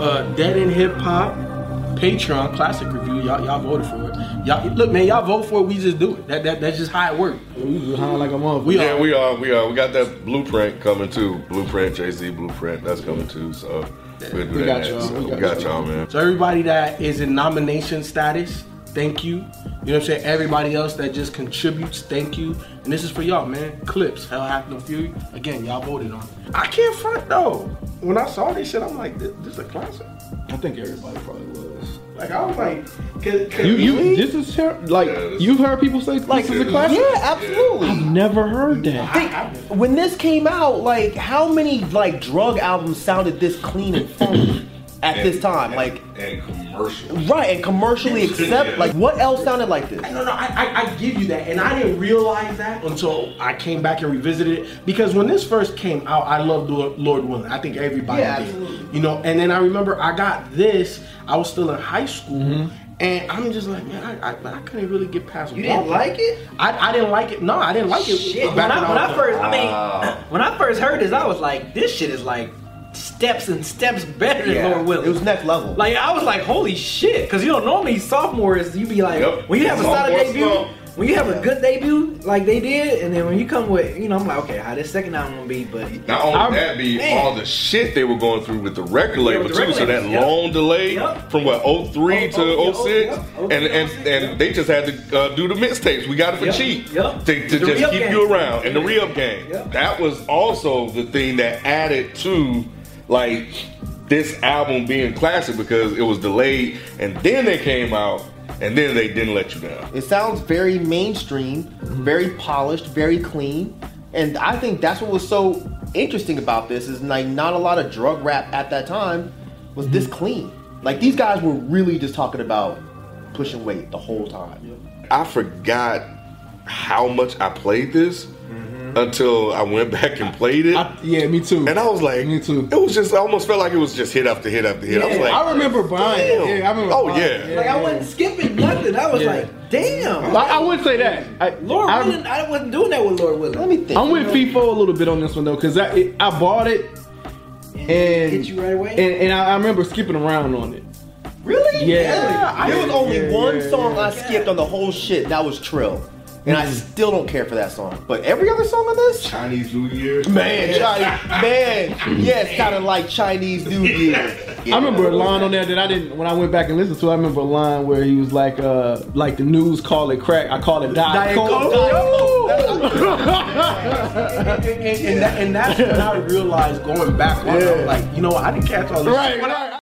uh, Dead in Hip Hop Patreon classic review. Y'all, y'all voted for it. Y'all look, man. Y'all vote for it. We just do it. That, that that's just how it works. We just high like a motherfucker. We yeah, are. we are. We are. We got that blueprint coming too. Blueprint, Jay Z blueprint. That's coming too. So we'll do We that. got y'all. So We got y'all. y'all, man. So everybody that is in nomination status, thank you. You know what I'm saying? Everybody else that just contributes, thank you. And this is for y'all, man. Clips, Hell Hath No Fury. Again, y'all voted on. it. I can't front though. When I saw this shit, I'm like, this, this is a classic. I think everybody probably was. Like I was like, can, can You, you, we- this is ter- like Yeah, this- you've heard people say Like, this is a classic. yeah, absolutely. I've never heard that. Think, when this came out, like how many like drug albums sounded this clean and funky at this time? And- Like and commercial. right and commercially accept. Like what else sounded like this? No, no, I, I, I give you that, and I didn't realize that until I came back and revisited it. Because when this first came out, I loved Lord, Lord Willing. I think everybody Yeah, did, absolutely. you know. And then I remember I got this. I was still in high school, Mm-hmm. and I'm just like, man, I, I, I couldn't really get past. You didn't like it? I, I didn't like it. No, I didn't like it. Shit, back when I, when I was- first, I mean, when I first heard this, I was like, this shit is like steps and steps better than Lord Willie. It was next level. Like I was like, holy shit, because you know normally sophomores, you be like, Yep. when you have a solid Sophomore debut, slump. when you have a good debut like they did, and then when you come with, you know, I'm like, okay, how this second album gonna be, but Not only I'm- that, be man. all the shit they were going through with the record label with the too. record so that label, yeah. long delay Yeah. from what 03 to Oh, oh, yeah, 06, oh, and yeah. and and they just had to uh, do the mixtapes. We got it for Yeah, cheap yeah. to, to The just re-up keep game. you around. And the re-up game. Yeah. That was also the thing that added to like this album being classic because it was delayed, and then they came out, and then they didn't let you down. It sounds very mainstream, Mm-hmm. very polished, very clean. And I think that's what was so interesting about this is like not a lot of drug rap at that time was this Mm-hmm. clean. Like these guys were really just talking about pushing weight the whole time. I forgot how much I played this until I went back and played it. Mm-hmm. I- yeah, me too. and I was like, me too. It was just I almost felt like it was just hit after hit after hit. I was Yeah, like, I remember buying it. damn. Yeah, I remember Oh buying it. yeah. Yeah. like I wasn't skipping nothing. I was like, damn, Like, I would say that. I, Lord I, Willing, I wasn't doing that with Lord Willing. Let me think. I'm with FIFO a little bit on this one though, because I it, I bought it and hit you right away? and, and I, I remember skipping around on it. Really? Yeah. I, there was only yeah, one yeah, Mm-hmm. song I skipped on the whole shit. That was Trill. And I still don't care for that song. But every other song on this? Chinese New Year. Man, Chinese, man. Yeah, it sounded like Chinese New Year. I remember a line on there that I didn't when I went back and listened to. it, I remember a line where he was like, uh, like the news call it crack, I call it diet, Diet coke. Coke. and, and- and that- and that's when I realized going back on, it, I'm like, you know, what? I didn't catch all this. Right. shit. When I-